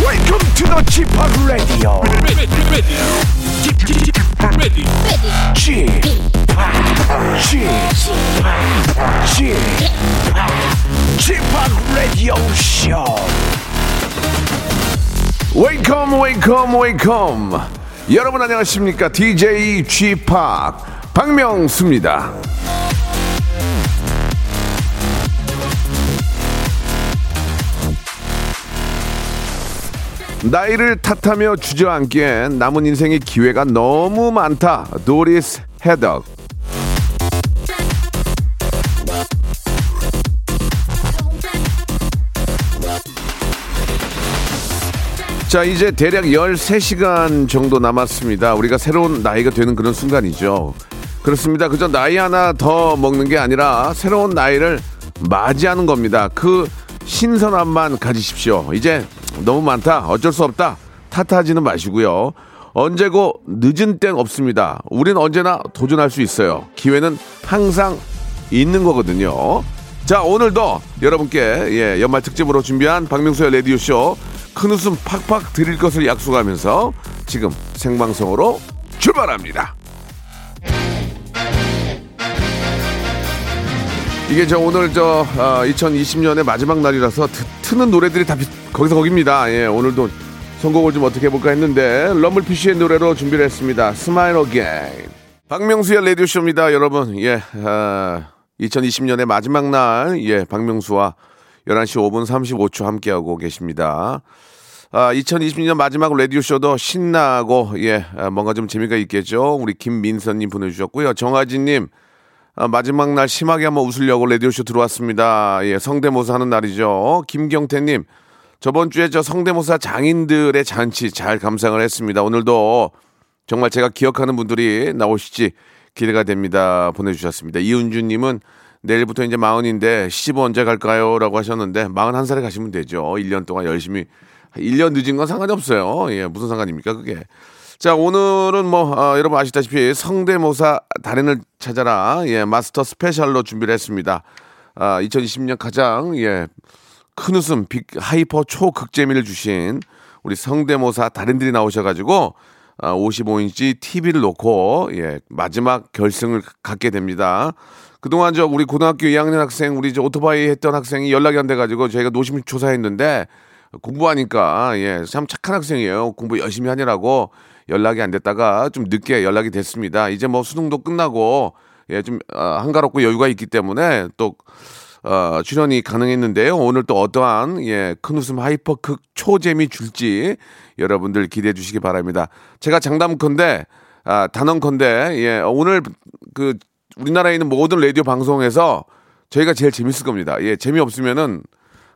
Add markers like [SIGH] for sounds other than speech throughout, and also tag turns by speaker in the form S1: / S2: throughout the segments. S1: Welcome to the g p o p Radio.
S2: ready, ready, ready,
S1: g p o p g p o p Radio Show. Welcome, welcome, welcome. 여러분 안녕하십니까? DJ g p o p 박명수입니다. 나이를 탓하며 주저앉기엔 남은 인생의 기회가 너무 많다. 노리스 헤덕. 자, 이제 대략 13시간 정도 남았습니다. 우리가 새로운 나이가 되는 그런 순간이죠. 그렇습니다. 그저 나이 하나 더 먹는 게 아니라 새로운 나이를 맞이하는 겁니다. 그 신선함만 가지십시오. 이제 너무 많다. 어쩔 수 없다. 탓하지는 마시고요. 언제고 늦은 땐 없습니다. 우린 언제나 도전할 수 있어요. 기회는 항상 있는 거거든요. 자, 오늘도 여러분께 예, 연말 특집으로 준비한 박명수의 라디오쇼 큰 웃음 팍팍 드릴 것을 약속하면서 지금 생방송으로 출발합니다. 이게 저 오늘 저 2020년의 마지막 날이라서 트, 트는 노래들이 다 비- 거기서 거기입니다. 예, 오늘도 선곡을 좀 어떻게 해볼까 했는데 럼블피쉬의 노래로 준비를 했습니다. 스마일 어게인. 박명수의 라디오쇼입니다. 여러분, 예, 2020년의 마지막 날, 예, 박명수와 11시 5분 35초 함께하고 계십니다. 아, 2020년 마지막 라디오쇼도 신나고, 예, 아, 뭔가 좀 재미가 있겠죠? 우리 김민선님 보내주셨고요. 정아진님, 아, 마지막 날 심하게 한번 웃으려고 라디오쇼 들어왔습니다. 예, 성대모사 하는 날이죠. 김경태님, 저번 주에 저 성대모사 장인들의 잔치 잘 감상을 했습니다. 오늘도 정말 제가 기억하는 분들이 나오실지 기대가 됩니다. 보내주셨습니다. 이은주님은 내일부터 이제 마흔인데 시집 언제 갈까요? 라고 하셨는데 마흔한 살에 가시면 되죠. 1년 동안 열심히. 1년 늦은 건 상관이 없어요. 예, 무슨 상관입니까, 그게. 자, 오늘은 뭐, 아, 여러분 아시다시피 성대모사 달인을 찾아라. 예, 마스터 스페셜로 준비를 했습니다. 아, 2020년 가장, 예, 큰 웃음 빅 하이퍼 초극재미를 주신 우리 성대모사 달인들이 나오셔가지고 아, 55인치 TV를 놓고 예, 마지막 결승을 가- 갖게 됩니다. 그동안 저 우리 고등학교 2학년 학생 우리 저 오토바이 했던 학생이 연락이 안 돼가지고 저희가 노심초사했는데 공부하니까 예, 참 착한 학생이에요. 공부 열심히 하느라고 연락이 안 됐다가 좀 늦게 연락이 됐습니다. 이제 뭐 수능도 끝나고 예, 좀 아, 한가롭고 여유가 있기 때문에 또 어, 출연이 가능했는데요. 오늘 또 어떠한 예, 큰 웃음 하이퍼극 초재미 줄지 여러분들 기대해 주시기 바랍니다. 제가 장담컨대 아, 단언컨대 예, 오늘 그 우리나라에 있는 모든 라디오 방송에서 저희가 제일 재밌을 겁니다. 예, 재미없으면은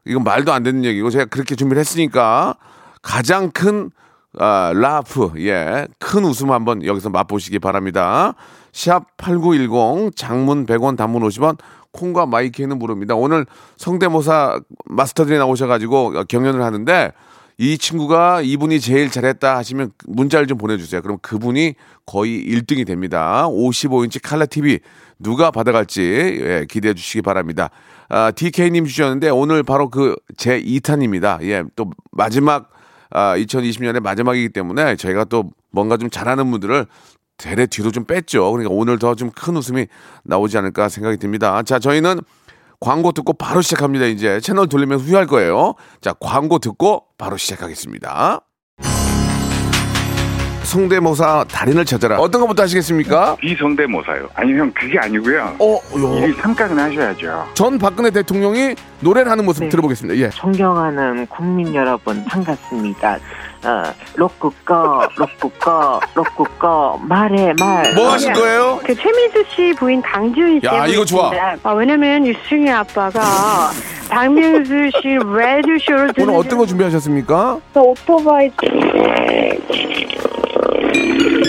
S1: 이건 말도 안 되는 얘기고 제가 그렇게 준비를 했으니까 가장 큰 아, 라프 예, 큰 웃음 한번 여기서 맛보시기 바랍니다. 샵 8910 장문 100원 단문 50원 콩과 마이키는 무료입니다. 오늘 성대모사 마스터들이 나오셔 가지고 경연을 하는데 이 친구가 이분이 제일 잘했다 하시면 문자를 좀 보내주세요. 그럼 그분이 거의 1등이 됩니다. 55인치 칼라 TV 누가 받아갈지 예, 기대해 주시기 바랍니다. 아, DK님 주셨는데 오늘 바로 그 제 2탄입니다. 예, 또 마지막 아, 2020년의 마지막이기 때문에 저희가 또 뭔가 좀 잘하는 분들을 대래 뒤로 좀 뺐죠. 그러니까 오늘 더 좀 큰 웃음이 나오지 않을까 생각이 듭니다. 자, 저희는 광고 듣고 바로 시작합니다. 이제 채널 돌리면 후회할 거예요. 자, 광고 듣고 바로 시작하겠습니다. 성대모사 달인을 찾아라. 어떤 것부터 하시겠습니까?
S3: 비성대모사요. 아니 형 그게 아니고요.
S1: 어, 요.
S3: 이 삼각은 하셔야죠.
S1: 전 박근혜 대통령이 노래를 하는 모습
S4: 네.
S1: 들어보겠습니다. 예.
S4: 존경하는 국민 여러분 반갑습니다. 어, 로꾸꺼 로꾸꺼 로꾸꺼 말해 말.
S1: 뭐 하실 거예요?
S5: 그 최민수 씨 부인 강지훈 씨.
S1: 야, 이거 좋아.
S5: 아, 왜냐면 유승희 아빠가 박민수 씨 레드 쇼를
S1: 오늘 어떤 거 준비하셨습니까?
S5: 오토바이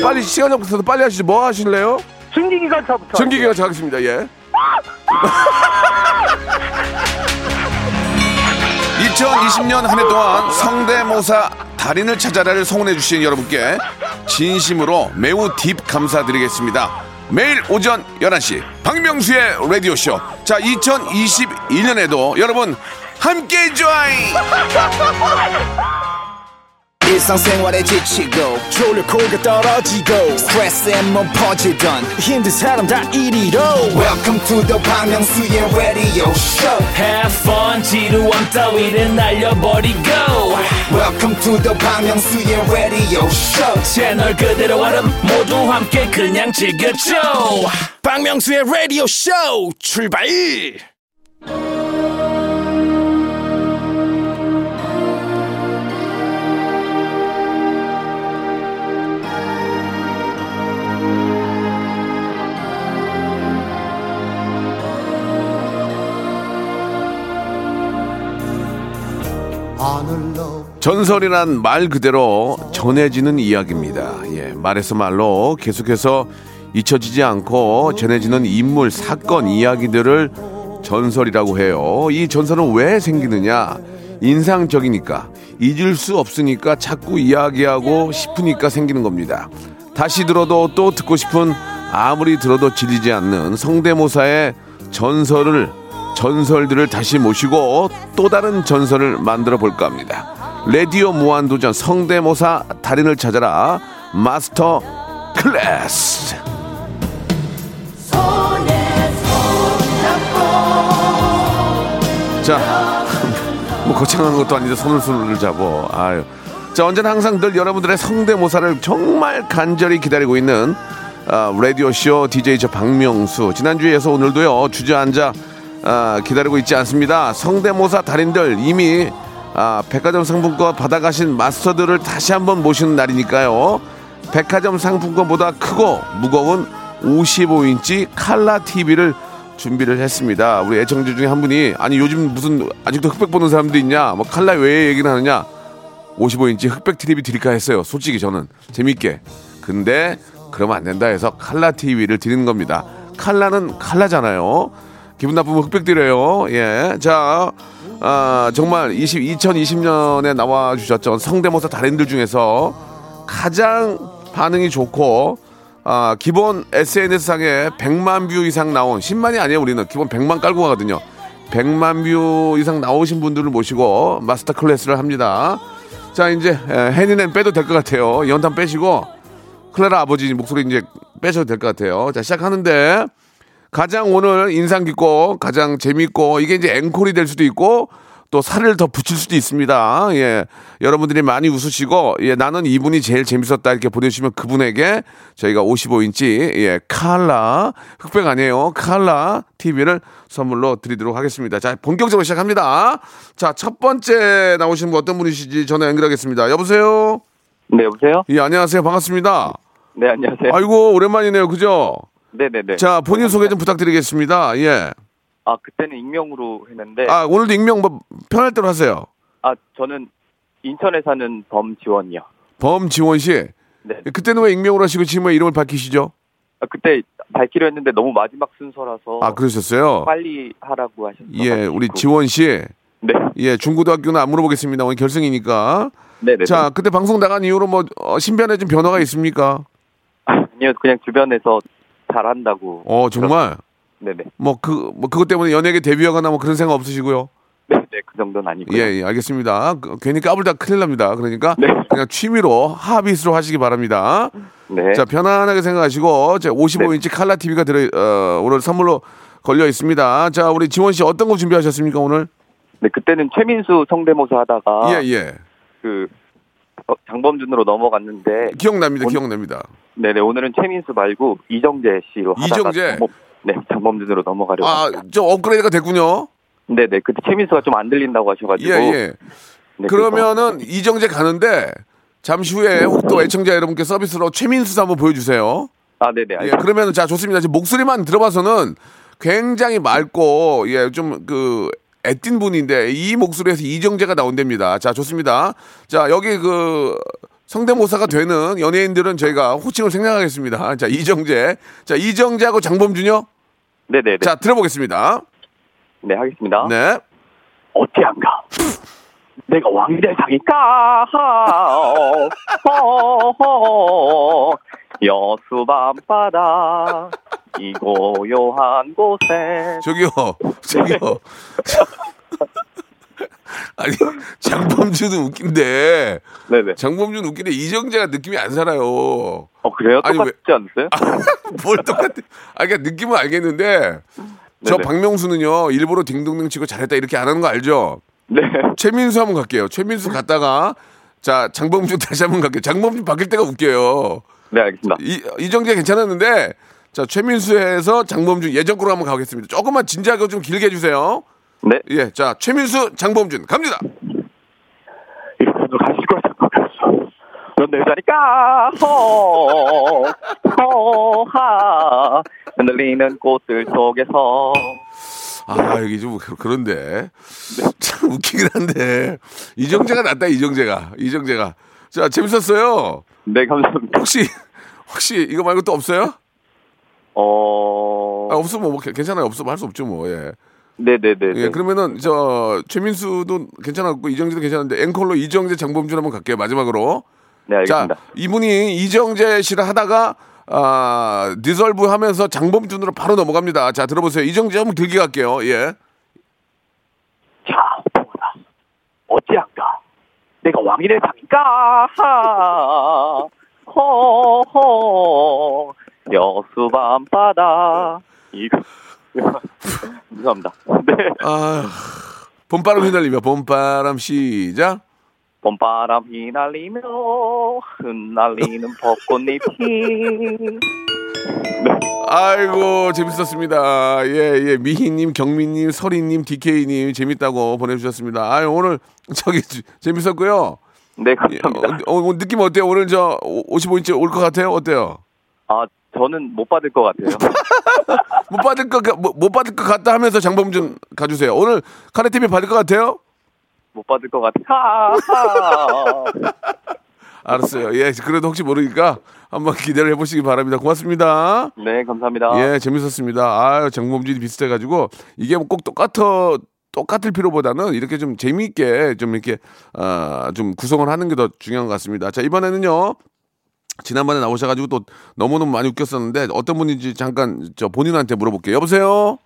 S1: 빨리 시간 없어서 빨리 하시죠. 뭐 하실래요? 전기기관차부터. 전기기관차 하겠습니다. 예. [LAUGHS] 2020년 한 해 동안 성대모사 달인을 찾아라를 성원해 주신 여러분께 진심으로 매우 딥 감사드리겠습니다. 매일 오전 11시 박명수의 라디오쇼. 자, 2021년에도 여러분 함께 join!
S6: 일상생활에 지치고, 졸려 코가 떨어지고, 스트레스에 몸 퍼지던, 힘든 사람 다 이리로. welcome to the Bang Myung-soo's radio show
S7: Have fun 지루함 따위를 날려버리고
S6: welcome to the Bang Myung-soo's radio show
S7: 채널 그대로 얼음 모두 함께 그냥 즐겨줘
S6: 박명수의 라디오 쇼 출발!
S1: 전설이란 말 그대로 전해지는 이야기입니다. 예, 말에서 말로 계속해서 잊혀지지 않고 전해지는 인물, 사건, 이야기들을 전설이라고 해요. 이 전설은 왜 생기느냐? 인상적이니까, 잊을 수 없으니까 자꾸 이야기하고 싶으니까 생기는 겁니다. 다시 들어도 또 듣고 싶은 아무리 들어도 질리지 않는 성대모사의 전설을 전설들을 다시 모시고 또 다른 전설을 만들어 볼까 합니다. 레디오 무한도전 성대모사 달인을 찾아라 마스터 클래스. 자, 뭐 거창한 것도 아닌데 손을 손을 잡어. 아유. 자, 언제나 항상 늘 여러분들의 성대모사를 정말 간절히 기다리고 있는 아, 라디오쇼 DJ 저 박명수. 지난주에서 오늘도요, 주저앉아 아, 기다리고 있지 않습니다. 성대모사 달인들 이미 아, 백화점 상품권 받아가신 마스터들을 다시 한번 모시는 날이니까요. 백화점 상품권보다 크고 무거운 55인치 칼라 TV를 준비를 했습니다. 우리 애청자 중에 한 분이 아니 요즘 무슨 아직도 흑백 보는 사람도 있냐? 뭐 칼라 왜 얘기는 하느냐? 55인치 흑백 TV 드릴까 했어요. 솔직히 저는 재밌게. 근데 그러면 안 된다 해서 칼라 TV를 드리는 겁니다. 칼라는 칼라잖아요. 기분 나쁘면 흑백 드려요. 예. 자, 아, 정말 20, 2020년에 나와 주셨던 성대모사 달인들 중에서 가장 반응이 좋고 아, 기본 SNS상에 100만 뷰 이상 나온 10만이 아니에요, 우리는. 기본 100만 깔고 가거든요. 100만 뷰 이상 나오신 분들을 모시고 마스터 클래스를 합니다. 자, 이제 에, 혜니는 빼도 될 것 같아요. 연탄 빼시고 클라라 아버지 목소리 이제 빼셔도 될 것 같아요. 자, 시작하는데 가장 오늘 인상 깊고 가장 재밌고 이게 이제 앵콜이 될 수도 있고 또 살을 더 붙일 수도 있습니다. 예. 여러분들이 많이 웃으시고 예, 나는 이분이 제일 재밌었다 이렇게 보내 주시면 그분에게 저희가 55인치 예, 칼라 흑백 아니에요. 칼라 TV를 선물로 드리도록 하겠습니다. 자, 본격적으로 시작합니다. 자, 첫 번째 나오시는 분 어떤 분이시지 전화 연결하겠습니다. 여보세요?
S8: 네, 여보세요?
S1: 예, 안녕하세요. 반갑습니다.
S8: 네, 안녕하세요.
S1: 아이고, 오랜만이네요. 그죠?
S8: 네네네.
S1: 자, 본인 소개 좀 부탁드리겠습니다. 예.
S8: 아, 그때는 익명으로 했는데, 아,
S1: 아 오늘도 익명 뭐 편할 대로 하세요.
S8: 저는 인천에 사는 범지원이요.
S1: 범지원 씨.
S8: 네.
S1: 그때는 왜 익명으로 하시고 지금 왜 이름을 밝히시죠?
S8: 아, 그때 밝히려 했는데 너무 마지막 순서라서
S1: 아 그러셨어요.
S8: 빨리 하라고 하셨어요.
S1: 예, 우리 지원 씨.
S8: 네, [LAUGHS]
S1: 예, 중고등학교는 안 물어보겠습니다. 오늘 결승이니까.
S8: 네네.
S1: 자, 그때 방송 나간 이후로 뭐 어, 신변에 좀 변화가 있습니까?
S8: 아니요, 그냥 주변에서 잘한다고.
S1: 어, 정말.
S8: 네네.
S1: 뭐 그 뭐 그것 때문에 연예계 데뷔하거나 뭐 그런 생각 없으시고요.
S8: 네네, 그 정도는 아니고요.
S1: 예, 예, 알겠습니다. 그, 괜히 까불다 큰일 납니다. 그러니까
S8: 네.
S1: 그냥 취미로 하비스로 하시기 바랍니다.
S8: 네.
S1: 자 편안하게 생각하시고 제 55인치 칼라 TV가 들어 어, 오늘 선물로 걸려 있습니다. 자 우리 지원 씨 어떤 거 준비하셨습니까 오늘?
S8: 네, 그때는 최민수 성대모사 하다가
S1: 예예
S8: 그 어, 장범준으로 넘어갔는데,
S1: 기억납니다
S8: 오늘-
S1: 기억납니다.
S8: 네네, 오늘은 최민수 말고 이정재 씨로 하다가
S1: 이정재?
S8: 장범- 네, 장범준으로 넘어가려고
S1: 아
S8: 합니다.
S1: 좀 업그레이드가 됐군요.
S8: 네네 그때 최민수가 좀 안 들린다고 하셔가지고
S1: 예예
S8: 네,
S1: 그러면은 이정재 가는데 잠시 후에 혹 또 애청자 여러분께 서비스로 최민수 한번 보여주세요.
S8: 아 네네
S1: 예
S8: 알겠습니다.
S1: 그러면은 자 좋습니다. 지금 목소리만 들어봐서는 굉장히 맑고 예좀 그 애띤 분인데 이 목소리에서 이정재가 나온답니다. 자 좋습니다. 자 여기 그 성대모사가 되는 연예인들은 저희가 호칭을 생략하겠습니다. 자 이정재, 자 이정재하고 장범준요.
S8: 네네네
S1: 자 들어보겠습니다.
S8: 네 하겠습니다
S1: 네.
S8: 어찌한가 내가 왕대상일까 허허 여수 밤바다 이 고요한 곳에
S1: 저기요, 저기요. [LAUGHS] 아니 장범준은 웃긴데
S8: 네네.
S1: 장범준 웃긴데 이정재가 느낌이 안 살아요.
S8: 어 그래요?
S1: 아니,
S8: 똑같지 않으세요?
S1: [LAUGHS] 뭘 똑같아? 아 그러니까 느낌은 알겠는데 저
S8: 네네.
S1: 박명수는요 일부러 딩동댕 치고 잘했다 이렇게 안 하는 거 알죠?
S8: 네.
S1: 최민수 한번 갈게요. 최민수 갔다가 자 장범준 [LAUGHS] 다시 한번 갈게요. 장범준 바뀔 때가 웃겨요.
S8: 네 알겠습니다.
S1: 이 이정재 괜찮았는데 자 최민수에서 장범준 예전 거로 한번 가겠습니다. 조금만 진지하게 좀 길게 해주세요.
S8: 네.
S1: 예, 자 최민수 장범준 갑니다.
S8: 이러면서 가실 거죠. 넌내 여자니까 허, 허하 흔들리는 꽃들 속에서
S1: 아 여기 좀 그- 그런데
S8: 네.
S1: 참 웃기긴 한데 이정재가 낫다 이정재가 이정재가 자 재밌었어요.
S8: 네 감사합니다.
S1: 혹시 [LAUGHS] 혹시 이거 말고 또 없어요?
S8: 어
S1: 아, 없으면 뭐 괜- 괜찮아요. 없으면 할 수 없죠 뭐. 예.
S8: 네네네.
S1: 예, 그러면은 저 최민수도 괜찮았고 이정재도 괜찮은데 앵콜로 이정재 장범준 한번 갈게요 마지막으로.
S8: 네 알겠습니다.
S1: 자 이분이 이정재 씨를 하다가 아 디설브 하면서 장범준으로 바로 넘어갑니다. 자 들어보세요. 이정재 한번 길게 갈게요. 예.
S8: 자, 보거라. 어찌할까? 내가 왕이네 상인가? 하, 허허, 여수 밤바다. 이거. [LAUGHS] 죄송합니다. 네.
S1: 아 봄바람 휘날리며 봄바람 시작.
S8: 봄바람 휘날리며 흩날리는
S5: 네,
S8: 벚꽃잎이.
S1: 아이고 재밌었습니다. 예, 예. 미희님, 경민님, 서리님, DK님 재밌다고 보내주셨습니다. 아 오늘 저기 재밌었고요.
S8: 네,
S1: 예,
S8: 감사합니다.
S1: 어, 어, 느낌 어때요? 오늘 저 55인치 올 것 같아요? 어때요?
S8: 아, 저는 못 받을 것
S1: [LAUGHS]
S8: 같아요.
S1: 못 받을 것, 같- 못, 못 받을 것 같다 하면서 장범준 가주세요. 오늘 카레 TV 받을 것 같아요?
S8: 못 받을 것 같아요. 하하.
S1: 알았어요. 예, 그래도 혹시 모르니까 한번 기대를 해보시기 바랍니다. 고맙습니다.
S8: 네, 감사합니다.
S1: 예, 재밌었습니다. 아, 장범준이 비슷해가지고 이게 뭐 꼭 똑같아 똑같을 필요보다는 이렇게 좀 재미있게 좀 이렇게 아, 좀 구성을 하는 게 더 중요한 것 같습니다. 자 이번에는요. 지난번에 나오셔가지고 또 너무너무 많이 웃겼었는데 어떤 분인지 잠깐 저 본인한테 물어볼게요. 여보세요.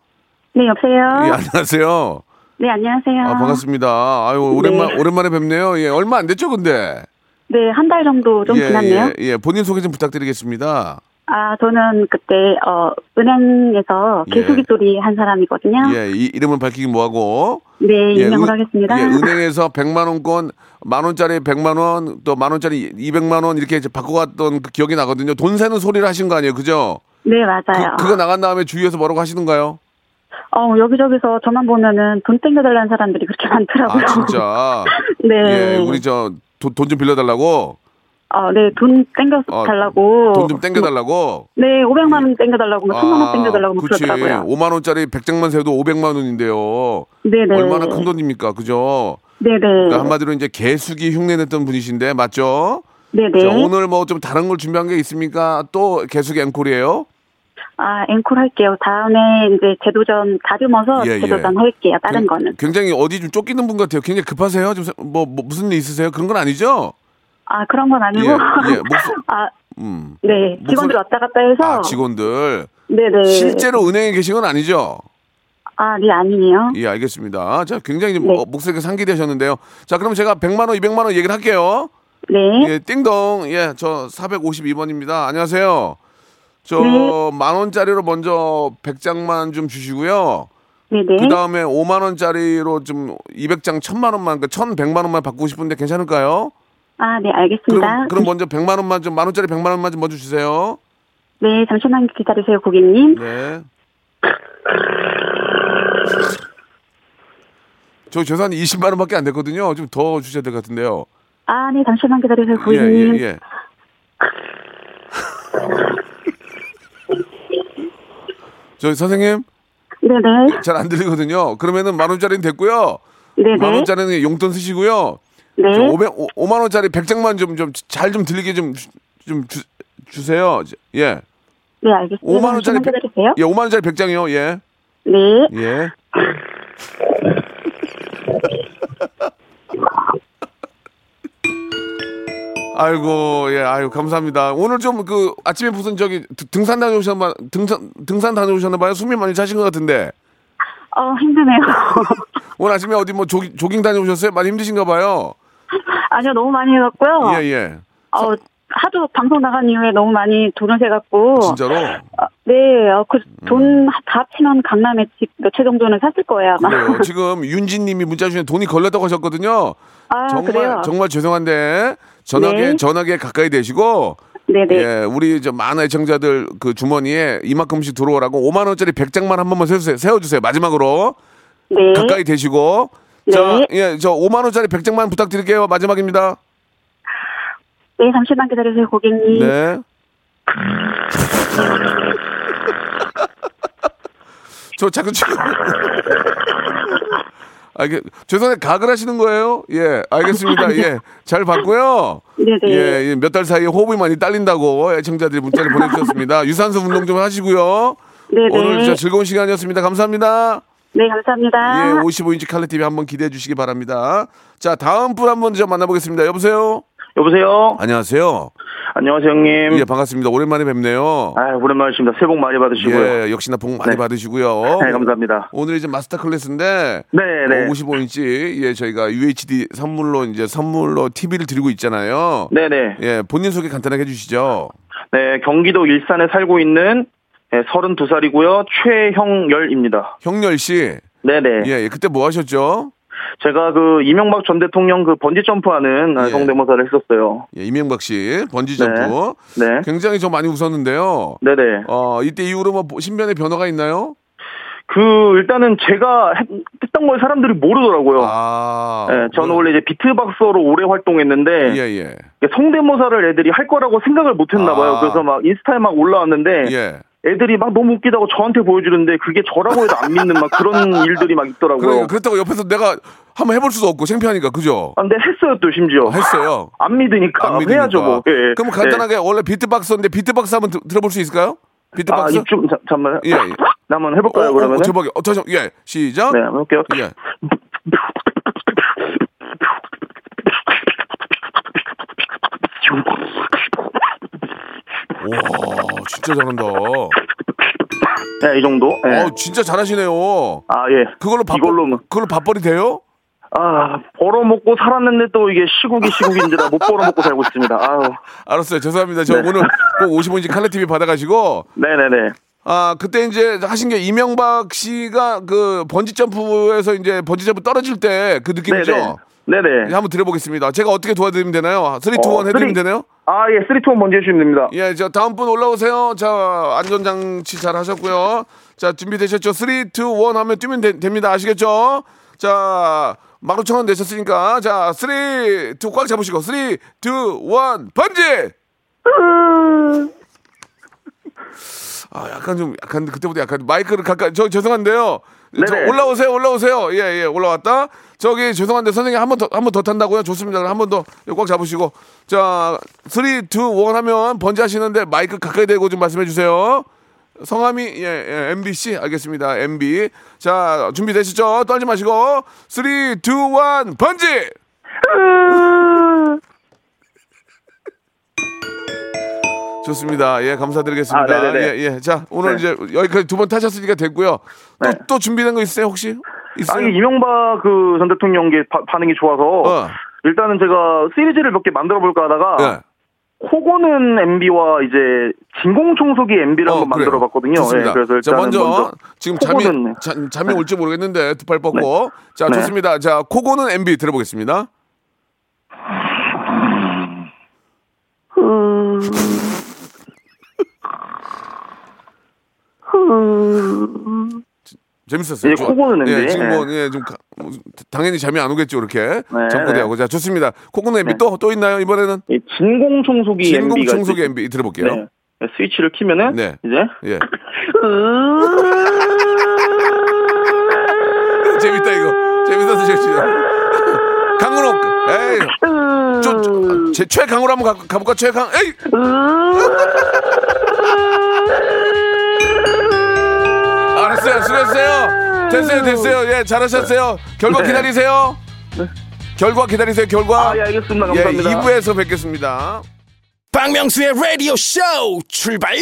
S9: 네, 여보세요?
S1: 예, 안녕하세요.
S9: 네, 안녕하세요.
S1: 아 반갑습니다. 아유 오랜만
S9: 네.
S1: 오랜만에 뵙네요. 예, 얼마 안 됐죠, 근데.
S9: 네, 한 달 정도 좀
S1: 예,
S9: 지났네요.
S1: 예, 예, 본인 소개 좀 부탁드리겠습니다.
S9: 아, 저는 그때, 어, 은행에서
S1: 예.
S9: 개수기 소리 한 사람이거든요.
S1: 예, 이, 이름은 밝히긴 뭐하고
S9: 네,
S1: 예,
S9: 임명을
S1: 은-
S9: 하겠습니다. [LAUGHS]
S1: 예, 은행에서 100만 원권, 만 원짜리 100만 원, 또 만 원짜리 200만 원 이렇게 이제 바꿔갔던 그 기억이 나거든요. 돈 세는 소리를 하신 거 아니에요, 그죠?
S9: 네,
S1: 그,
S9: 맞아요.
S1: 그거 나간 다음에 주위에서 뭐라고 하시는가요?
S9: 어, 여기저기서 저만 보면은 돈 땡겨달라는 사람들이 그렇게 많더라고요.
S1: 아 진짜.
S9: [LAUGHS] 네.
S1: 예, 우리 저 돈 좀 빌려달라고,
S9: 어, 네, 돈 땡겨달라고.
S1: 아, 돈 좀 땡겨달라고. 예. 아,
S9: 네, 500만원 땡겨달라고, 뭐, 1000만원 땡겨달라고, 뭐
S1: 그치.
S9: 그러더라고요.
S1: 5만 원짜리 100장만 세도 500만 원인데요.
S9: 네네.
S1: 얼마나 큰 돈입니까, 그죠?
S9: 네네.
S1: 그러니까 한마디로 이제 개수기 흉내냈던 분이신데 맞죠?
S9: 네네.
S1: 자, 오늘 뭐 좀 다른 걸 준비한 게 있습니까? 또 개수기 앵콜이에요?
S9: 아, 앵콜 할게요. 다음에 이제 재도전 다듬어서
S1: 예, 그- 예.
S9: 재도전 할게요. 다른
S1: 굉-
S9: 거는.
S1: 굉장히 어디 좀 쫓기는 분 같아요. 굉장히 급하세요? 좀, 세- 뭐, 뭐 무슨 일 있으세요? 그런 건 아니죠?
S9: 아, 그런 건 아니고.
S1: 예, 예, 목소-
S9: [LAUGHS] 아,
S1: 음.
S9: 네,
S1: 목소리-
S9: 직원들 왔다 갔다 해서.
S1: 아, 직원들.
S9: 네네.
S1: 실제로 은행에 계신 건 아니죠?
S9: 아, 네, 아니에요.
S1: 예, 알겠습니다. 자, 굉장히 좀
S9: 네.
S1: 어, 목소리가 상기되셨는데요. 자, 그럼 제가 100만 원, 200만 원 얘기를 할게요.
S9: 네.
S1: 예, 띵동. 예, 저 452번입니다. 안녕하세요. 저
S9: 네.
S1: 만 원짜리로 먼저 100장만 좀 주시고요.
S9: 네네.
S1: 그 다음에 5만 원짜리로 좀 200장 1000만 원만, 그 1100만 원만 받고 싶은데 괜찮을까요?
S9: 아, 네,
S1: 그럼,
S9: 알겠습니다.
S1: 그럼 뭐- 먼저 100만 원만 좀, 만 원짜리 100만 원만 좀 먼저 주세요.
S9: 네, 잠시만 기다리세요, 고객님.
S1: 네. 저 죄송한데 20만 원밖에 안 됐거든요. 좀 더 주셔야 될 것 같은데요.
S9: 아, 네, 잠시만 기다리세요,
S1: 예,
S9: 고객님.
S1: 예, [LAUGHS] 예. 저 선생님
S9: 네네.
S1: 잘 안 들리거든요. 그러면은 만 원짜리는 됐고요.
S9: 네네.
S1: 만 원짜리는 용돈 쓰시고요.
S9: 네.
S1: 저 500, 5만 원짜리 100장만 좀 좀 잘 좀 들리게 좀 좀 주세요. 예.
S9: 네, 알겠습니다.
S1: 5만 원짜리
S9: 잠시만 기다리세요.
S1: 예, 5만 원짜리 100장이요. 예.
S9: 네.
S1: 예. [LAUGHS] 아이고 예 아유 감사합니다 오늘 좀 그 아침에 무슨 저기 드- 등산 다녀오셨나 봐- 등산 등산 다녀오셨나 봐요 숨이 많이 차신 것 같은데
S9: 어, 힘드네요.
S1: 오늘 아침에 어디 뭐 조기, 조깅 다녀오셨어요? 많이 힘드신가 봐요.
S9: [LAUGHS] 아니요, 너무 많이 해갖고요.
S1: 예, 예.
S9: 어, 하도 방송 나간 이후에 너무 많이 돈을 세갖고.
S1: 진짜로? 음.
S9: 아, 네, 어, 그 돈 다 합치면 강남에 집 몇 채 정도는 샀을 거예요, 아마.
S1: 그래요. 지금 윤진 님이 문자 주신 돈이 걸렸다고 하셨거든요.
S9: [LAUGHS] 아,
S1: 정말
S9: 그래요?
S1: 정말 죄송한데 전화기에
S9: 네.
S1: 전화기에 가까이 대시고
S9: 네네.
S1: 예, 우리 저 많은 애청자들 그 주머니에 이만큼씩 들어오라고 5만 원짜리 100장만 한 번만 세우세요. 세워주세요. 마지막으로
S9: 네.
S1: 가까이 대시고
S9: 네.
S1: 자, 예, 저 5만 원짜리 100장만 부탁드릴게요. 마지막입니다.
S9: 네, 잠시만 기다려주세요, 고객님.
S1: 네. [LAUGHS] 저 자꾸 지금 아, 이게 죄송해요. 각을 하시는 거예요? 예, 알겠습니다. 예, 잘 봤고요.
S9: 네네.
S1: 예, 몇 달 사이에 호흡이 많이 딸린다고 애청자들이 문자를 보내주셨습니다. 유산소 운동 좀 하시고요.
S9: 네네.
S1: 오늘 진짜 즐거운 시간이었습니다. 감사합니다.
S9: 네, 감사합니다.
S1: 예, 55인치 칼레 TV 한번 기대해 주시기 바랍니다. 자, 다음 분 한번 좀 만나보겠습니다. 여보세요.
S8: 여보세요.
S1: 안녕하세요.
S8: 안녕하세요 형님.
S1: 예, 반갑습니다. 오랜만에 뵙네요.
S8: 아 오랜만이십니다. 새해 복 많이 받으시고요.
S1: 예, 역시나 복 많이
S8: 네.
S1: 받으시고요.
S8: 네, 감사합니다.
S1: 오늘 이제 마스터 클래스인데 뭐 어,
S8: 네네.
S1: 55인치 예 저희가 UHD 선물로 이제 선물로 TV를 드리고 있잖아요.
S8: 네네.
S1: 예, 본인 소개 간단하게 해주시죠.
S8: 네 경기도 일산에 살고 있는 네, 32살이고요 최형열입니다.
S1: 형렬 씨.
S8: 네네.
S1: 예, 예, 그때 뭐 하셨죠?
S8: 제가 그 이명박 전 대통령 그 번지 점프하는
S1: 예.
S8: 아, 성대모사를 했었어요.
S1: 예, 이명박 씨 번지 점프.
S8: 네.
S1: 굉장히 저 많이 웃었는데요.
S8: 네네.
S1: 어, 이때 이후로 뭐 신변의 변화가 있나요?
S8: 그 일단은 제가 했- 했던 걸 사람들이 모르더라고요.
S1: 아,
S8: 예, 어. 저는
S1: 오늘-
S8: 원래 네. 이제 비트박서로 오래 활동했는데
S1: 예, 예,
S8: 성대모사를 애들이 할 거라고 생각을 못 했나 봐요.
S1: 아.
S8: 그래서 막 인스타에 막 올라왔는데
S1: 예.
S8: 애들이 막 너무 웃기다고 저한테 보여주는데 그게 저라고 해도 안 믿는 막
S1: [LAUGHS]
S8: 그런 일들이 막
S1: 그러니까
S8: 있더라고요.
S1: 그렇다고 옆에서 내가 한번 해볼 수도 없고 창피하니까 그죠?
S8: 아, 근데 했어요 또 심지어.
S1: 어, 했어요.
S8: 안 믿으니까,
S1: 안 믿으니까.
S8: 해야죠 뭐. 예, 예.
S1: 그럼
S8: 예.
S1: 간단하게 원래 비트박스인데 비트박스 한번 들- 들어볼 수 있을까요?
S8: 아,
S1: 비트박스.
S8: 입좀 잠깐만.
S1: 예, 예.
S8: 나 한번 해볼까요 그러면?
S1: 어, 대박이야. 어, 잠시 예, 시작.
S8: 네, 한번 해볼게요.
S1: 예. 와, 진짜 잘한다. 어,
S8: 네, 이 정도. 예.
S1: 진짜 잘하시네요.
S8: 아 예.
S1: 그걸로 밥
S8: 이걸로는.
S1: 그걸로 밥벌이 돼요?
S8: 아 벌어먹고 살았는데 또 이게 시국이 시국인지라 못 벌어먹고 살고 있습니다. 아우.
S1: 알았어요. 죄송합니다. 저
S8: 네.
S1: 오늘 꼭 50원씩 칼레 TV 받아가지고
S8: 네네네.
S1: 아 그때 이제 하신 게 이명박 씨가 그 번지 점프에서 이제 번지 점프 떨어질 때 그 느낌이죠.
S8: 네네. 네네.
S1: 예, 한번 드려보겠습니다. 제가 어떻게 도와드리면 되나요? 3, 2, 1
S8: 어,
S1: 해드리면
S8: 쓰리.
S1: 되나요?
S8: 아, 예, 3투 먼저 해주시면 됩니다.
S1: 예, 저 다음 분 올라오세요. 자, 안전장치 잘 하셨고요. 자, 준비되셨죠? 3, 2, 1 하면 뛰면 되- 됩니다. 아시겠죠? 자, 15,000원 내셨으니까. 자, 3, 2, 꽉 잡으시고. 3, 2, 1 번지! 아, 약간 좀, 약간, 그때보다 약간, 마이크를 가까이, 저 죄송한데요. 저
S8: 네네.
S1: 올라오세요, 올라오세요. 예, 예, 올라왔다. 저기, 죄송한데, 선생님, 한 번 더, 한 번 더 탄다고요? 좋습니다. 그럼 한 번 더, 이거 꽉 잡으시고. 자, 3, 2, 1 하면 번지 하시는데, 마이크 가까이 대고 좀 말씀해 주세요. 성함이, 예, 예, MBC? 알겠습니다. MB. 자, 준비되시죠? 떨지 마시고. 3, 2, 1 번지! 좋습니다. 예, 감사드리겠습니다.
S8: 아, 네네네.
S1: 예, 예. 자, 오늘
S8: 네.
S1: 이제 여기까지 두 번 타셨으니까 됐고요. 또,
S8: 네.
S1: 또 준비된 거 있으세요, 혹시? 있어요? 예.
S8: 아니, 이명박 그 전 대통령 게 바- 반응이 좋아서,
S1: 어.
S8: 일단은 제가 시리즈를 몇 개 만들어 볼까 하다가,
S1: 예.
S8: 코고는 MB와 이제 진공청소기 MB를
S1: 그래요.
S8: 한번 만들어 봤거든요. 예,
S1: 좋습니다.
S8: 그래서
S1: 자,
S8: 일단은
S1: 먼저, 지금 잠이
S8: 코고는-
S1: 자, 잠이 올지 모르겠는데 두 팔 뻗고 자
S8: 네.
S1: 좋습니다. 자 코고는 MB 들어보겠습니다. 재밌었어요.
S8: 예,
S1: 좋아.
S8: 코고는
S1: 예,
S8: MB.
S1: 지금 뭐, 예, 좀, 가- 뭐, 당연히 잠이 안 오겠죠, 이렇게.
S8: 네,
S1: 정부대하고. 자, 좋습니다. 코고는 MB 또, 또 있나요, 이번에는?
S8: 이 진공청소기 MB가.
S1: 진공청소기 MB 들어볼게요.
S8: 네. 네, 스위치를 키면은,
S1: 네.
S8: 이제,
S1: 예.
S8: 음.
S1: [LAUGHS] 재밌다 이거. 재밌어서 재밌어. [LAUGHS] 강은호. 에이. 저, 저, 제 최강으로 한번 가, 가볼까? 최강. 에이.
S8: 음.
S1: [LAUGHS] 알았어요. 수고했어요. 됐어요. 됐어요. 예, 잘하셨어요. 결과
S8: 네.
S1: 기다리세요. 결과 기다리세요. 결과.
S8: 아, 예, 알겠습니다. 감사합니다.
S1: 예, 2부에서 뵙겠습니다.
S7: 박명수의 라디오 쇼 출발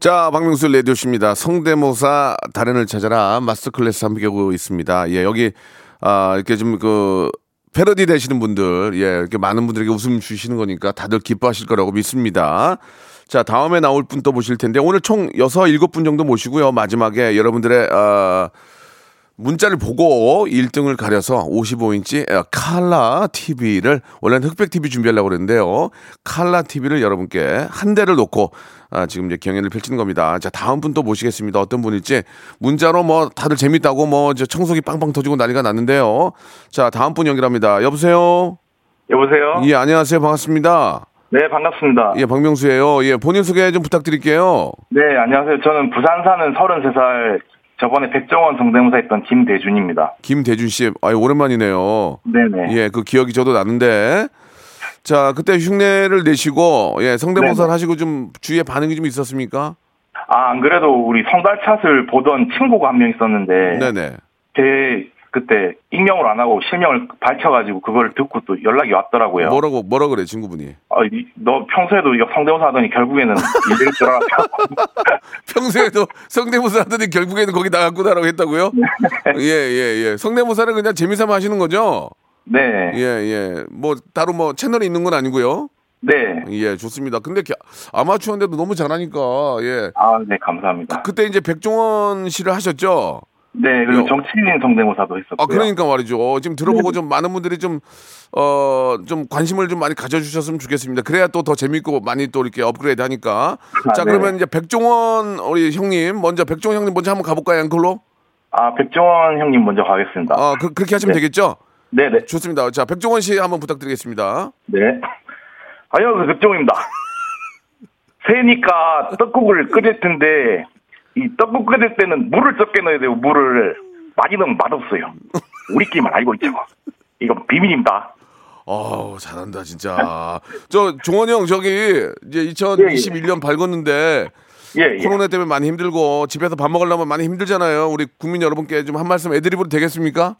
S1: 자, 박명수 레디오십입니다. 성대모사 달인을 찾아라 마스터 클래스 함께하고 있습니다. 예, 여기 아, 이렇게 좀 그 패러디 되시는 분들, 예, 이렇게 많은 분들에게 웃음 주시는 거니까 다들 기뻐하실 거라고 믿습니다. 자, 다음에 나올 분 또 보실 텐데 오늘 총 여섯 일곱 분 정도 모시고요. 마지막에 여러분들의 아, 문자를 보고 1등을 가려서 55인치 칼라 TV를 원래는 흑백 TV 준비하려고 그랬는데요. 칼라 TV를 여러분께 한 대를 놓고 아, 지금 이제 경연을 펼치는 겁니다. 자, 다음 분 또 모시겠습니다. 어떤 분일지 문자로 뭐 다들 재밌다고 뭐 이제 청소기 빵빵 터지고 난리가 났는데요. 자, 다음 분 연결합니다. 여보세요.
S3: 여보세요?
S1: 예, 안녕하세요. 반갑습니다.
S3: 네, 반갑습니다.
S1: 예, 박명수예요. 예, 본인 소개 좀 부탁드릴게요.
S3: 네, 안녕하세요. 저는 부산 사는 33살, 저번에 백종원 성대모사 했던 김대준입니다.
S1: 김대준 씨. 아유, 오랜만이네요.
S3: 네네.
S1: 예, 그 기억이 저도 나는데. 자, 그때 흉내를 내시고, 예, 성대모사를
S3: 네네.
S1: 하시고 좀 주위에 반응이 좀 있었습니까?
S3: 아, 안 그래도 우리 성달 찻을 보던 친구가 한 명 있었는데,
S1: 네네.
S3: 제 그때 익명을 안 하고 실명을 밝혀가지고 그걸 듣고 또 연락이 왔더라고요.
S1: 뭐라고, 뭐라 그래, 친구분이. [LAUGHS]
S3: 아, 이- 너 평소에도 이거 성대모사 하더니 결국에는 일일 줄 알았다고.
S1: 평소에도 성대모사 하더니 결국에는 거기 나갔구나라고
S3: [LAUGHS]
S1: 했다고요? 예, 예, 예. 성대모사를 그냥 재미삼아 하시는 거죠?
S3: 네.
S1: 예, 예. 뭐, 따로 뭐 채널이 있는 건 아니고요.
S3: 네.
S1: 예, 좋습니다. 근데 게- 아마추어인데도 너무 잘하니까, 예.
S3: 아, 네, 감사합니다.
S1: 그때 이제 백종원 씨를 하셨죠?
S3: 네, 그리고
S1: 요-
S3: 정치인 성대모사도 했었고요.
S1: 아 그러니까 말이죠. 어, 지금 들어보고 좀 많은 분들이 좀 어 좀 관심을 좀 많이 가져주셨으면 좋겠습니다. 그래야 또 더 재밌고 많이 또 이렇게 업그레이드 하니까.
S3: 아,
S1: 자
S3: 네.
S1: 그러면 이제 백종원 우리 형님 먼저 백종원 형님 먼저 한번 가볼까요, 앵콜로?
S3: 아, 백종원 형님 먼저 가겠습니다.
S1: 아 그, 렇게 하시면
S3: 네.
S1: 되겠죠?
S3: 네네.
S1: 좋습니다. 자 백종원 씨 한번 부탁드리겠습니다.
S3: 네. 안녕하세요, 그
S1: [LAUGHS]
S3: 백종입니다. 새니까 떡국을 끓일 텐데, 이 떡국 끓일 때는 물을 적게 넣어야 돼요, 물을. 많이 넣으면 맛없어요. 우리끼리만 알고 있죠. 이건 비밀입니다.
S1: 어 잘한다
S3: [LAUGHS]
S1: 진짜. 저 종원 형 저기 이제 2021년 밝았는데
S3: 예, 예.
S1: 코로나 때문에 많이 힘들고 집에서 밥 먹으려면 많이 힘들잖아요. 우리 국민 여러분께 좀 한 말씀 애드립으로 되겠습니까?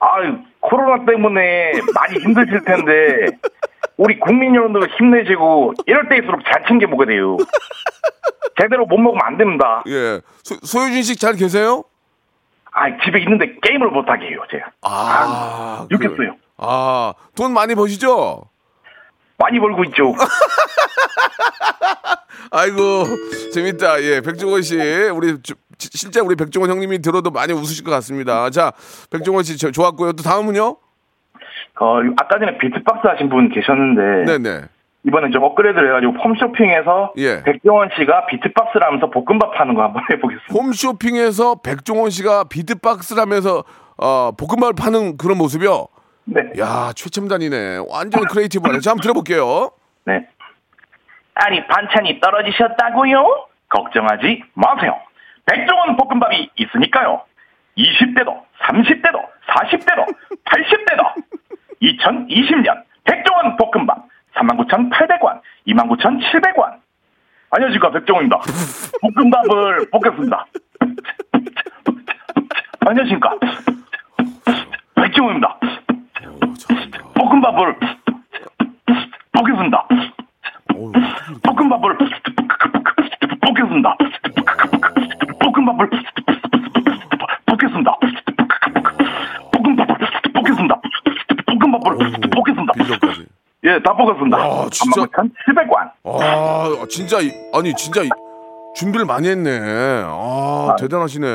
S3: 아유, 코로나 때문에 많이 힘드실 텐데, 우리 국민 여러분들 힘내시고, 이럴 때일수록 잘 챙겨 먹어야 돼요. 제대로 못 먹으면 안 됩니다.
S1: 예. 소, 소유진 씨 잘 계세요?
S3: 아, 집에 있는데 게임을 못하게 해요, 제가.
S1: 아, 그-
S3: 욕했어요.
S1: 아, 돈 많이 버시죠?
S3: 많이 벌고
S1: [LAUGHS]
S3: 있죠.
S1: 아이고, 재밌다. 예, 백종원 씨, 우리 주- 지- 실제 우리 백종원 형님이 들어도 많이 웃으실 것 같습니다. 자, 백종원 씨 저- 좋았고요. 또 다음은요?
S3: 어, 아까 전에 비트박스 하신 분 계셨는데,
S1: 네, 네.
S3: 이번엔 좀 업그레이드를 해가지고 폼쇼핑에서
S1: 예.
S3: 백종원 씨가 비트박스를 하면서 볶음밥 하는 거 한번 [LAUGHS] 해보겠습니다.
S1: 홈쇼핑에서 백종원 씨가 비트박스라면서 어, 볶음밥을 파는 그런 모습이요.
S3: 네.
S1: 야, 최첨단이네. 완전 크리에이티브하네. 자, 한번 들어볼게요.
S3: 네. 아니, 반찬이 떨어지셨다고요? 걱정하지 마세요. 백종원 볶음밥이 있으니까요. 20대도, 30대도, 40대도, 80대도. 2020년 백종원 볶음밥 39,800원, 29,700원. 안녕하십니까 백종원입니다. 볶음밥을 볶겠습니다. [LAUGHS] 안녕하십니까 [LAUGHS] 백종원입니다.
S1: 어,
S3: 볶음밥을 볶겠습니다. 볶음밥을 볶겠습니다. 볶음밥을 볶겠습니다. 볶음밥을 볶겠습니다. 볶음밥을 볶겠습니다.
S1: 빌려까지.
S3: 예, 다 볶았습니다.
S1: 와, 진짜.
S3: 700원.
S1: 아, 진짜 이- 아니 진짜 이- 준비를 많이 했네. 아, 대단하시네.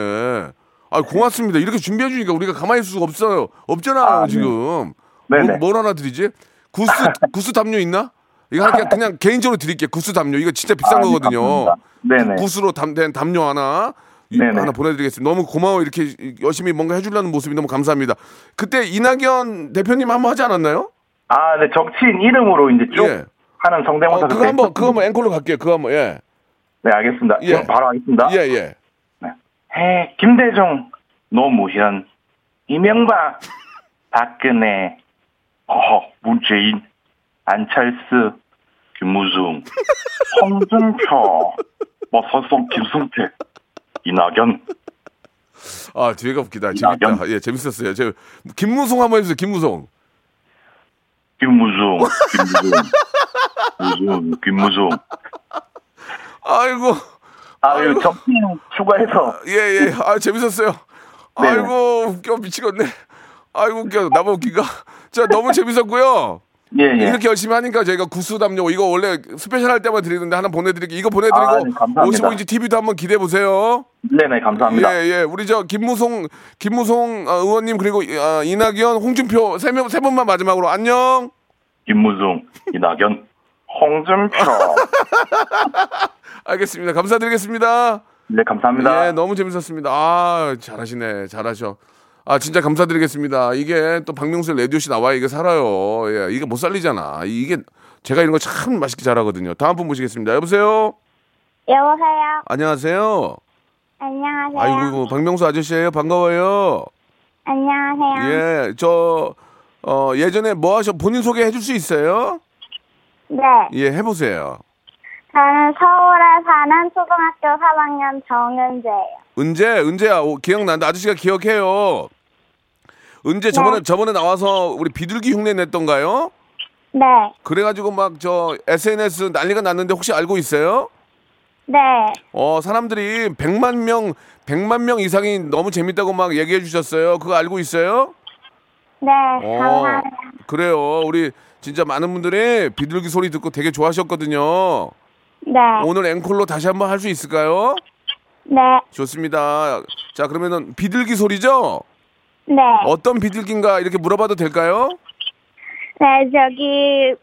S1: 아, 고맙습니다. 이렇게 준비해 주니까 우리가 가만히 있을 수가 없어요. 없잖아요,
S3: 아, 네.
S1: 지금.
S3: 네네.
S1: 뭐, 뭘 하나 드리지?
S3: [LAUGHS]
S1: 구스 구스 담요 있나? 이거 그냥, 그냥 개인적으로 드릴게요. 구스 담요. 이거 진짜 비싼
S3: 아, 네,
S1: 거거든요.
S3: 감사합니다. 네네.
S1: 구스로 담된 담요 하나 이-
S3: 네네.
S1: 하나 보내드리겠습니다. 너무 고마워 이렇게 열심히 뭔가 해주려는 모습이 너무 감사합니다. 그때 이낙연 대표님 한 번 하지 않았나요?
S3: 아, 네, 정치인 이름으로 이제 쭉
S1: 예.
S3: 하는
S1: 어,
S3: 성대모사.
S1: 그거 한번 그거 한번 앵콜로 갈게요. 그거 한번 예.
S3: 네, 알겠습니다.
S1: 예.
S3: 그럼 바로 하겠습니다.
S1: 예, 예.
S3: 네. 해, 김대중, 노무현, 이명박, 박근혜, 허, 문재인, 안철수, 김무중, 홍준표, 뭐 머서성 김승태, 이낙연.
S1: 아 뒤에가 웃기다
S3: 이낙연.
S1: 재밌다 예 재밌었어요 제 김무송 한번 해주세요 김무송
S3: 김무중, 김무중, 무중, 김무중.
S1: 아이고
S8: 예,
S3: 아유, 정신 추가해서.
S1: 예예 아 예. 재밌었어요
S3: 네.
S1: 아이고 웃겨 미치겠네 아이고 웃겨 나보고 웃기가 자 너무 재밌었고요
S8: 예, 예.
S1: 이렇게 열심히 하니까 저희가 구수 담요 이거 원래 스페셜 할 때만 드리는데 하나 보내드릴게요 이거
S8: 아, 네,
S1: 보내드리고
S8: 감사합니다.
S1: 55인치 TV도 한번 기대해 보세요
S8: 네네, 감사합니다.
S1: 예예 우리 저 김무송 김무송 어, 의원님 그리고 어, 이낙연 홍준표 세 명 세 분만 마지막으로 안녕
S8: 임무중, 이낙연, 홍준표.
S1: 알겠습니다 감사드리겠습니다
S8: 네, 감사합니다.
S1: 예, 너무 재밌었습니다. 아, 잘하시네. 잘하셔. 아, 진짜 감사드리겠습니다. 이게 또 박명수의 레디오씨 나와야 이게 살아요. 예, 이게 못 살리잖아. 이게 제가 이런 거 참 맛있게 잘하거든요. 다음 분 모시겠습니다. 여보세요?
S10: 여보세요.
S1: 안녕하세요?
S10: 안녕하세요.
S1: 아이고, 박명수 아저씨예요 반가워요.
S10: 안녕하세요.
S1: 예, 저, 어, 예전에 뭐 하셔, 본인 소개해 줄 수 있어요?
S10: 네.
S1: 예, 해보세요.
S10: 저는 서울에 사는 초등학교 3학년 정은재예요.
S1: 은재, 은재야, 오, 기억난다. 아저씨가 기억해요. 은재 저번에, 저번에 나와서 우리 비둘기 흉내 냈던가요?
S10: 네.
S1: 그래가지고 막 저 SNS 난리가 났는데 혹시 알고 있어요?
S10: 네.
S1: 어 사람들이 100만 명 100만 명 이상이 너무 재밌다고 막 얘기해 주셨어요. 그거 알고 있어요?
S10: 네.
S1: 어
S10: 감사합니다.
S1: 그래요. 우리 진짜 많은 분들이 비둘기 소리 듣고 되게 좋아하셨거든요.
S10: 네.
S1: 오늘 앵콜로 다시 한번 할 수 있을까요?
S10: 네.
S1: 좋습니다. 자 그러면은 비둘기 소리죠?
S10: 네.
S1: 어떤 비둘기인가 이렇게 물어봐도 될까요?
S10: 네. 저기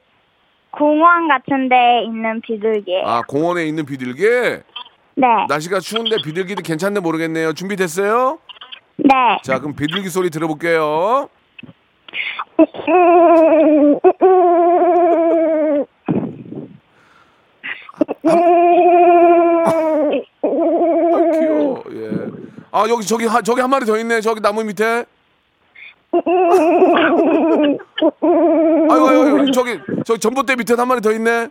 S10: 공원 같은 데 있는 비둘기예요.
S1: 아 공원에 있는 비둘기.
S10: 네.
S1: 날씨가 추운데 비둘기도 괜찮네 모르겠네요. 준비됐어요?
S10: 네.
S1: 자 그럼 비둘기 소리 들어볼게요. 아, 귀여워. 예. 아 여기 저기 하, 저기 한 마리 더 있네. 저기 나무 밑에. 아유, 아유, 아유 저기 저기 전봇대 밑에 한 마리 더 있네.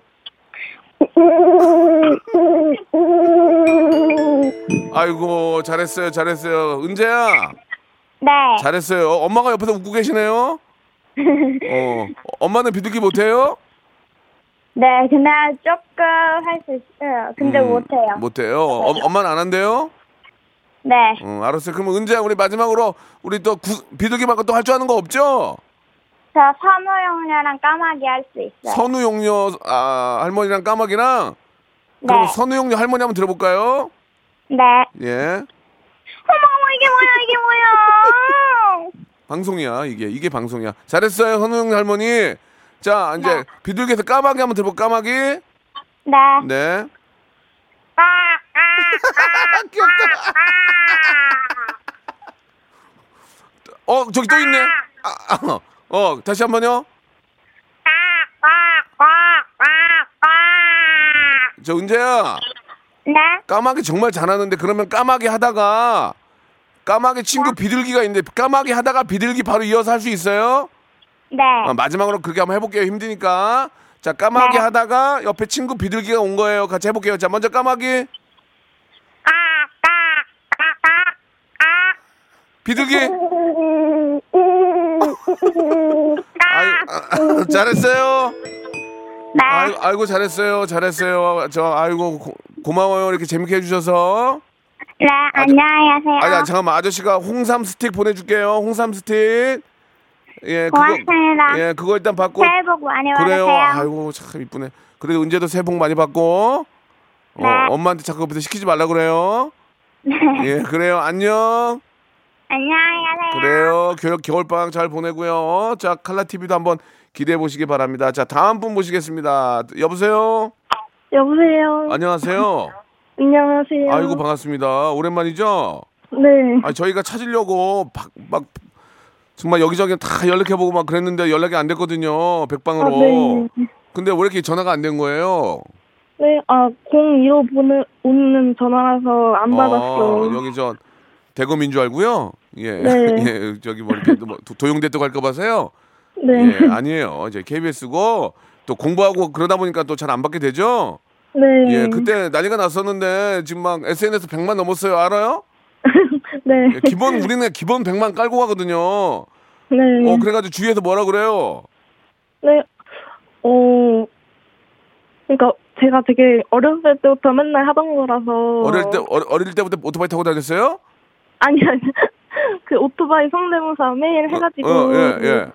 S1: 아이고 잘했어요 잘했어요 은재야
S10: 네.
S1: 잘했어요 엄마가 옆에서 웃고 계시네요. 어 엄마는 비둘기 못해요?
S10: 네. 근데 조금 할 수 있어요. 근데
S1: 음.
S10: 못해요.
S1: 못해요. 어, 엄마는 안 한대요.
S10: 네.
S1: 응, 알았어요. 그럼 은재야, 우리 마지막으로 우리 또 구- 비둘기 말고 또 할 줄 아는 거 없죠?
S10: 저 선우용녀랑 까마귀 할 수 있어요.
S1: 선우용녀 아, 할머니랑 까마귀랑 그럼
S10: 네.
S1: 선우용녀 할머니 한번 들어볼까요?
S10: 네.
S1: 예,
S10: 어머 어머 이게 뭐야 이게 뭐야
S1: 방송이야 이게 이게 방송이야. 잘했어요, 선우용녀 할머니. 자, 이제
S10: 네.
S1: 비둘기에서 까마귀 한번 들어볼 까마귀.
S10: 네
S1: 네. [LAUGHS]
S10: 아,
S1: 아, 귀엽다. 어, 저기 또 있네. 아, 아, 어, 다시 한 번요. 저 은재야.
S10: 네
S1: 까마귀 정말 잘하는데 그러면 까마귀 하다가 까마귀 친구 비둘기가 있는데 까마귀 하다가 비둘기 바로 이어서 할 수 있어요?
S10: 네
S1: 아, 마지막으로 그렇게 한번 해볼게요. 힘드니까. 자 까마귀
S10: 네.
S1: 하다가 옆에 친구 비둘기가 온 거예요. 같이 해볼게요. 자 먼저 까마귀 비둘기. 아이, [LAUGHS] 아, 잘했어요.
S10: 네.
S1: 아이, 아이고 잘했어요. 잘했어요. 저 아이고 고, 고마워요. 이렇게 재밌게 해주셔서.
S10: 네, 안녕하세요.
S1: 아, 아니, 아니 잠깐만 아저씨가 홍삼 스틱 보내줄게요. 홍삼 스틱. 예,
S10: 고맙습니다.
S1: 예, 그거 일단 받고.
S10: 새해 복 많이
S1: 그래요.
S10: 받으세요.
S1: 아이고 참 이쁘네. 그래도 은재도 새해 복 많이 받고. 어,
S10: 네.
S1: 엄마한테 자꾸 부터 시키지 말라 그래요. 예, 그래요. 안녕.
S10: 안녕하세요.
S1: 그래요. 겨, 겨울방학 잘 보내고요. 자, 칼라 TV도 한번 기대해 보시기 바랍니다. 자, 다음 분 모시겠습니다. 여보세요.
S10: 여보세요.
S1: 안녕하세요.
S10: 안녕하세요.
S1: 아이고 반갑습니다. 오랜만이죠?
S10: 네.
S1: 아 저희가 찾으려고 막, 막 정말 여기저기 다 연락해보고 막 그랬는데 연락이 안 됐거든요.
S10: 아,
S1: 백방으로. 근데 왜 이렇게 전화가 안 된 거예요?
S10: 네, 아, 015 보는, 오는 전화라서 안
S1: 어, 여기 저 대검인 줄 알고요. 예,
S10: 네.
S1: [LAUGHS] 예 저기 뭐 이렇게 뭐 도- 도용됐다고 할까 봐서요.
S10: 네.
S1: 예, 아니에요. 이제 KBS고 또 공부하고 그러다 보니까 또 잘 안 받게 되죠.
S10: 네.
S1: 예, 그때 난리가 났었는데 지금 막 SNS 100만 넘었어요. 알아요?
S10: 네.
S1: 예, 기본 우리는 기본 100만 깔고 가거든요.
S10: 네.
S1: 어 그래가지고 주위에서 뭐라 그래요?
S10: 네. 어. 그러니까 제가 되게 어렸을 때부터 맨날 하던 거라서
S1: 어릴 때 어, 어릴 때부터 오토바이 타고 다녔어요?
S10: 아니 [LAUGHS] 아니 그 오토바이 성대모사 매일 해가지고
S1: 어, 예, 예.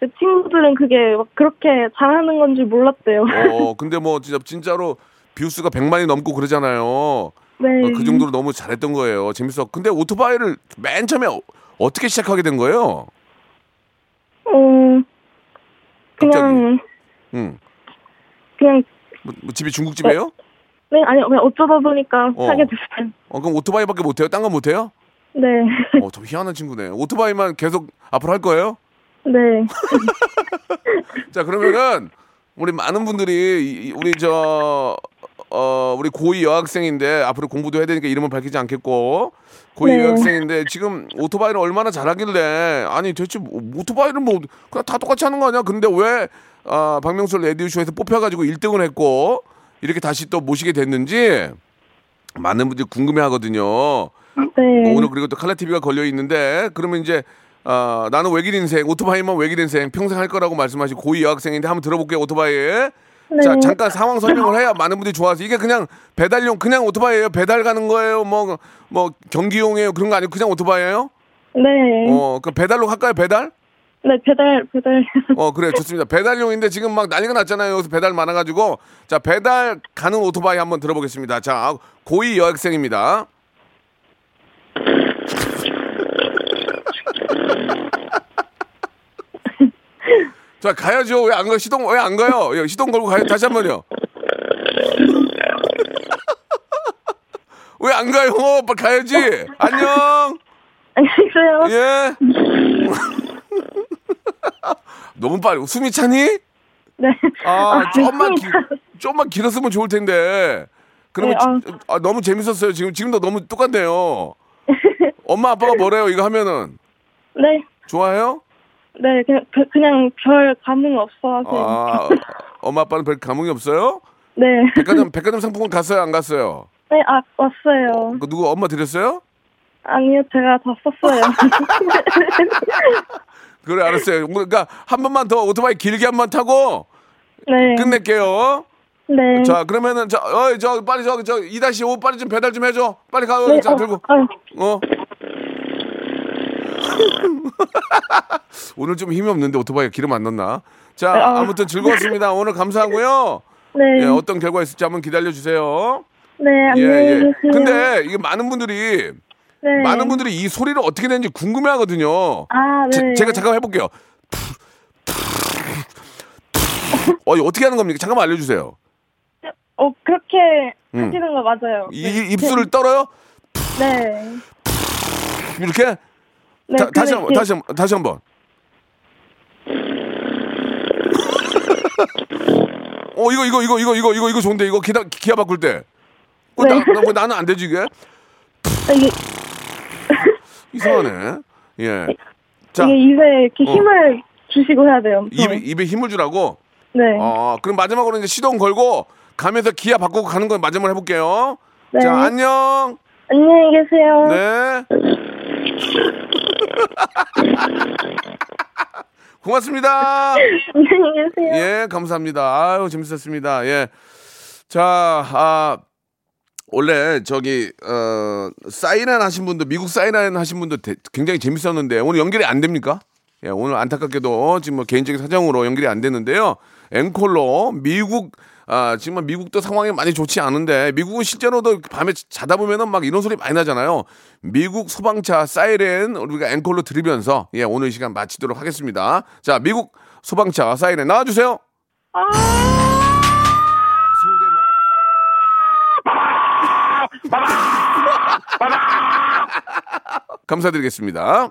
S10: 그 친구들은 그게 막 그렇게 잘하는 건 줄 몰랐대요.
S1: 어, 근데 뭐 진짜 진짜로 뷰수가 100만이 넘고 그러잖아요.
S10: 네.
S1: 어, 그 정도로 너무 잘했던 거예요. 재밌어. 근데 오토바이를 맨 처음에 어, 떻게 시작하게 된 거예요?
S10: 어,
S1: 갑자기.
S10: 그냥
S1: 응.
S10: 그냥
S1: 뭐, 뭐 집이 중국집이에요?
S10: 네, 아니 그냥 어쩌다 보니까
S1: 어.
S10: 하게 됐어요.
S1: 어, 그럼 오토바이밖에 못 해요? 딴 건 못
S10: [LAUGHS]
S1: 해요?
S10: 네,
S1: 어, 좀 희한한 친구네. 오토바이만 계속 앞으로 할 거예요?
S10: 네,
S1: 자, 그러면은 우리 많은 분들이 이- 이- 우리 저 어, 우리 고2 여학생인데 앞으로 공부도 해야 되니까 이름은 밝히지 않겠고 고2
S10: 네.
S1: 여학생인데 지금 오토바이를 얼마나 잘하길래 아니 대체 뭐- 오토바이를 뭐 그냥 다 똑같이 하는 거 아니야? 근데 왜 아, 박명수 레디오쇼에서 뽑혀가지고 1등을 했고 이렇게 다시 또 모시게 됐는지 많은 분들이 궁금해 하거든요.
S10: 네.
S1: 오늘 그리고 또 칼라 TV가 걸려 있는데 그러면 이제 아, 나는 외길 인생 오토바이만 외길 인생 평생 할 거라고 말씀하신 고2 여학생인데 한번 들어볼게요 오토바이.
S10: 네.
S1: 자 잠깐 상황 설명을 해야 많은 분들이 좋아서 이게 그냥 배달용 그냥 오토바이예요 배달 가는 거예요 뭐 뭐 경기용이에요 그런 거 아니고 그냥 오토바이예요?
S10: 네,
S1: 어 그 배달로 할까요 배달?
S10: 네 배달 배달. [LAUGHS]
S1: 어 그래 좋습니다 배달용인데 지금 막 난리가 났잖아요 여기서 배달 많아가지고 자 배달 가는 오토바이 한번 들어보겠습니다 자 아, 고2 여학생입니다. 자 가야죠. 왜 안 가요? 시동 왜 안 가요? 예, 시동 걸고 가요. 다시 한 번요. 왜 안 가요? 빨리 가야지. 안녕.
S10: 안녕히 계세요.
S1: 예. [LAUGHS] 너무 빨리. 숨이 차니?
S10: 네.
S1: 아,
S10: 네,
S1: 좀만 기,
S10: 숨이 차-
S1: 좀만 길었으면 좋을 텐데. 그러면
S10: 네,
S1: 지- 아, 너무 재밌었어요. 지금 지금도 너무
S10: [LAUGHS]
S1: 똑같네요. 엄마 아빠가 뭐래요? 이거 하면은
S10: 네,
S1: 좋아요?
S10: 네, 그냥 그- 그냥 별 감흥 없어하세요.
S1: 아, 엄마 아빠는 별 감흥이 없어요?
S10: 네,
S1: 백화점 백화점 상품권 갔어요? 안 갔어요?
S10: 네, 아 왔어요.
S1: 그 누구 엄마 드렸어요?
S10: 아니요, 제가 다
S1: [LAUGHS]
S10: 썼어요.
S1: 그래 알았어요. 그러니까 한 번만 더 오토바이 길게 한 번 타고
S10: 네,
S1: 끝낼게요.
S10: 네.
S1: 자 그러면은 저 어이 저 빨리 저 저 2-5 빨리 좀 배달 좀 해줘. 빨리 가요.
S10: 네,
S1: 자
S10: 어,
S1: 들고
S10: 아유,
S1: 어. [LAUGHS] 오늘 좀 힘이 없는데 오토바이 기름 안 넣나? 자
S10: 어.
S1: 아무튼 즐거웠습니다. 오늘 감사하고요.
S10: 네,
S1: 예, 어떤 결과 있을지 한번 기다려 주세요.
S10: 네,
S1: 예,
S10: 안녕히
S1: 예.
S10: 계세요.
S1: 근데 이게 많은 분들이
S10: 네.
S1: 많은 분들이 이 소리를 어떻게 내는지 궁금해 하거든요.
S10: 아, 네.
S1: 제, 가 잠깐 해볼게요. 어, 이거 어떻게 하는 겁니까? 잠깐만 알려주세요.
S10: 어, 그렇게
S1: 음.
S10: 하시는 거 맞아요.
S1: 이, 이- 입술을 떨어요?
S10: 네.
S1: 이렇게?
S10: 네,
S1: 다, 다시 한 번,
S10: 근데
S1: 다시 한 번, 다시 한 번. 어, 이거, 이거, 이거, 이거, 이거, 이거, 이거 좋은데, 이거 기다, 기아 바꿀 때. 그거
S10: 네.
S1: 나, 나, 그거 나는 안 되지, 이게?
S10: 이게,
S1: 이상하네. 예. 자,
S10: 이게 입에 이렇게
S1: 어.
S10: 힘을 주시고 해야 돼요.
S1: 입에, 입에 힘을 주라고?
S10: 네.
S1: 어, 그럼 마지막으로 이제 시동 걸고 가면서 기아 바꾸고 가는 건 마지막으로 해볼게요.
S10: 네.
S1: 자, 안녕.
S10: 안녕히 계세요.
S1: 네. [LAUGHS] 고맙습니다.
S10: 안녕히 계세요.
S1: 예, 감사합니다. 아유, 재밌었습니다. 예. 자, 아, 원래 저기, 어, 사이렌 하신 분들, 미국 사이렌 하신 분들 대- 굉장히 재밌었는데, 오늘 연결이 안 됩니까? 예, 오늘 안타깝게도 지금 뭐 개인적인 사정으로 연결이 안 됐는데요. 앵콜로 미국, 아, 지금 미국도 상황이 많이 좋지 않은데, 미국은 실제로도 밤에 자다 보면은 막 이런 소리 많이 나잖아요. 미국 소방차 사이렌 우리가 앵콜로 들으면서, 예, 오늘 이 시간 마치도록 하겠습니다. 자, 미국 소방차 사이렌 나와주세요. 감사드리겠습니다.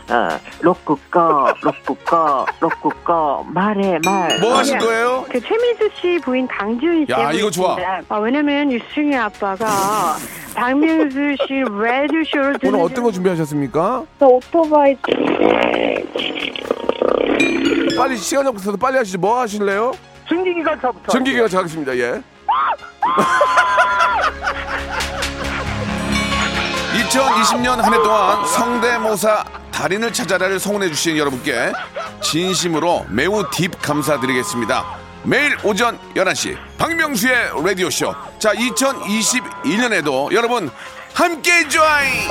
S4: 로쿠꺼 로쿠꺼 로쿠꺼 말해 말.
S1: 뭐 하실 거예요?
S5: 그 최민수 씨 부인 강지훈 씨.
S1: 야, 이거 좋아.
S5: 아, 왜냐면 유승희
S1: [LAUGHS]
S5: 아빠가 박명수 씨 레드 쇼를
S10: 네.
S1: 오늘 어떤 거 준비하셨습니까?
S10: 저 오토바이
S1: 예, 빨리 시간이 없어서 빨리 하시죠. 뭐 하실래요?
S4: 증기기관차부터.
S1: 전기기가 정하겠습니다. [LAUGHS] 예. 2020년 한 해 동안 성대모사 달인을 찾아라를 성원해 주신 여러분께 진심으로 매우 딥 감사드리겠습니다. 매일 오전 11시 박명수의 라디오쇼. 자, 2021년에도 여러분 함께 join!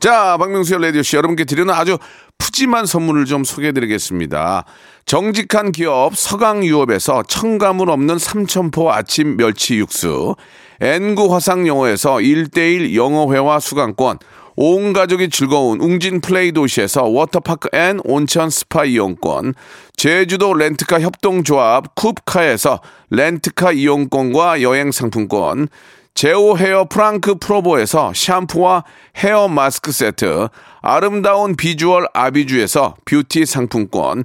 S1: 자, 박명수의 라디오씨 여러분께 드리는 아주 푸짐한 선물을 좀 소개해드리겠습니다. 정직한 기업 서강유업에서 청가물 없는 삼천포 아침 멸치 육수, N구 화상영어에서 1대1 영어회화 수강권, 온 가족이 즐거운 웅진 플레이 도시에서 워터파크 앤 온천 스파 이용권, 제주도 렌트카 협동조합 쿱카에서 렌트카 이용권과 여행 상품권, 제오 헤어 프랑크 프로보에서 샴푸와 헤어 마스크 세트, 아름다운 비주얼 아비주에서 뷰티 상품권,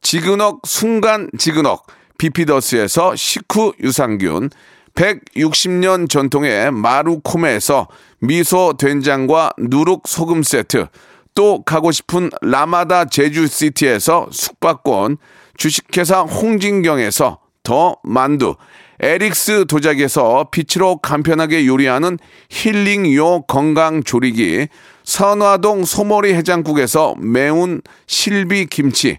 S1: 지그넉 순간 지그넉, 비피더스에서 식후 유산균, 160년 전통의 마루코메에서 미소 된장과 누룩 소금 세트, 또 가고 싶은 라마다 제주시티에서 숙박권, 주식회사 홍진경에서 더 만두, 에릭스 도자기에서 빛으로 간편하게 요리하는 힐링요 건강조리기, 선화동 소머리 해장국에서 매운 실비 김치,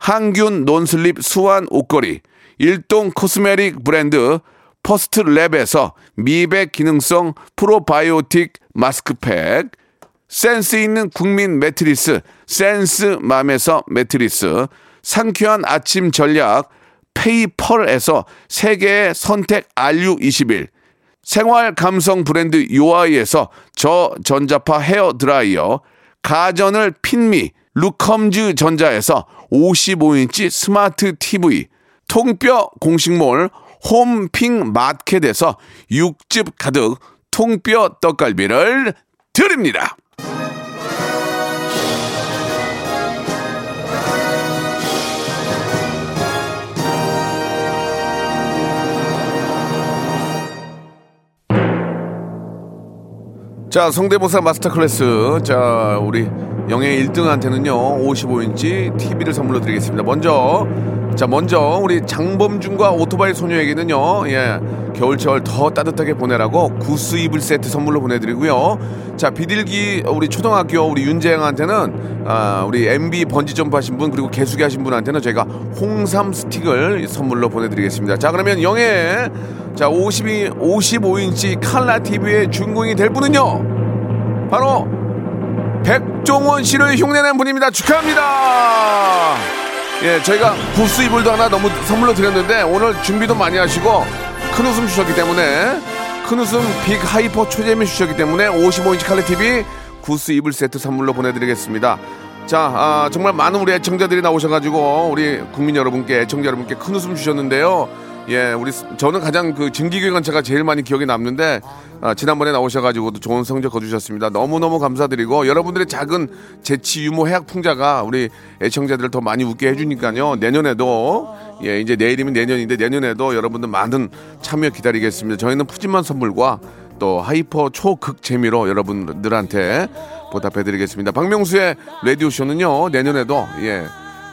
S1: 항균 논슬립 수완 옷걸이, 일동 코스메릭 브랜드 퍼스트 랩에서 미백 기능성 프로바이오틱 마스크팩, 센스 있는 국민 매트리스 센스 맘에서 매트리스 상쾌한 아침 전략 페이펄에서 세계의 선택 RU21 생활 감성 브랜드 요아이에서 저전자파 헤어 드라이어 가전을 핀미 루컴즈 전자에서 55인치 스마트 TV 통뼈 공식몰 홈핑 마켓에서 육즙 가득 통뼈 떡갈비를 드립니다. 자, 성대모사 마스터 클래스. 자, 우리 영예 1등한테는요, 55인치 TV를 선물로 드리겠습니다. 먼저, 자, 먼저, 우리 장범준과 오토바이 소녀에게는요, 예, 겨울철 더 따뜻하게 보내라고 구스 이불 세트 선물로 보내드리고요. 자, 비둘기, 어, 우리 초등학교 우리 윤재영한테는, 아, 우리 MB 번지점프 하신 분, 그리고 개수기 하신 분한테는 저희가 홍삼 스틱을 선물로 보내드리겠습니다. 자, 그러면 영예, 자, 52, 55인치 칼라 TV의 주인공이 될 분은요. 바로 백종원 씨를 흉내낸 분입니다. 축하합니다. 예, 저희가 구스 이불도 하나 너무 선물로 드렸는데 오늘 준비도 많이 하시고 큰 웃음 주셨기 때문에 큰 웃음 빅 하이퍼 초재미 주셨기 때문에 55인치 칼라 TV 구스 이불 세트 선물로 보내드리겠습니다. 자, 아, 정말 많은 우리 애청자들이 나오셔가지고 우리 국민 여러분께 애청자 여러분께 큰 웃음 주셨는데요. 예, 우리 스- 저는 가장 그 증기기관차가 제일 많이 기억에 남는데 아, 지난번에 나오셔가지고도 좋은 성적 거두셨습니다. 너무 너무 감사드리고 여러분들의 작은 재치 유머 해학 풍자가 우리 애청자들을 더 많이 웃게 해주니까요. 내년에도 예, 이제 내일이면 내년인데 내년에도 여러분들 많은 참여 기다리겠습니다. 저희는 푸짐한 선물과 또 하이퍼 초극 재미로 여러분들한테 보답해드리겠습니다. 박명수의 라디오쇼는요, 내년에도, 예,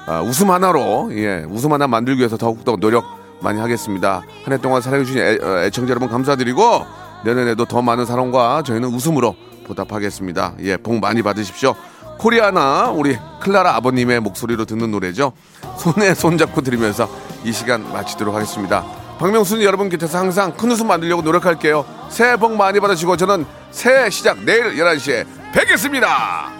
S1: 아, 웃음 하나로, 예, 웃음 하나 만들기 위해서 더욱더 노력 많이 하겠습니다. 한 해 동안 사랑해주신 애, 어, 애청자 여러분 감사드리고, 내년에도 더 많은 사랑과 저희는 웃음으로 보답하겠습니다. 예, 복 많이 받으십시오. 코리아나 우리 클라라 아버님의 목소리로 듣는 노래죠. 손에 손잡고 들으면서 이 시간 마치도록 하겠습니다. 박명수는 여러분 곁에서 항상 큰 웃음 만들려고 노력할게요. 새해 복 많이 받으시고 저는 새해 시작 내일 11시에 뵙겠습니다.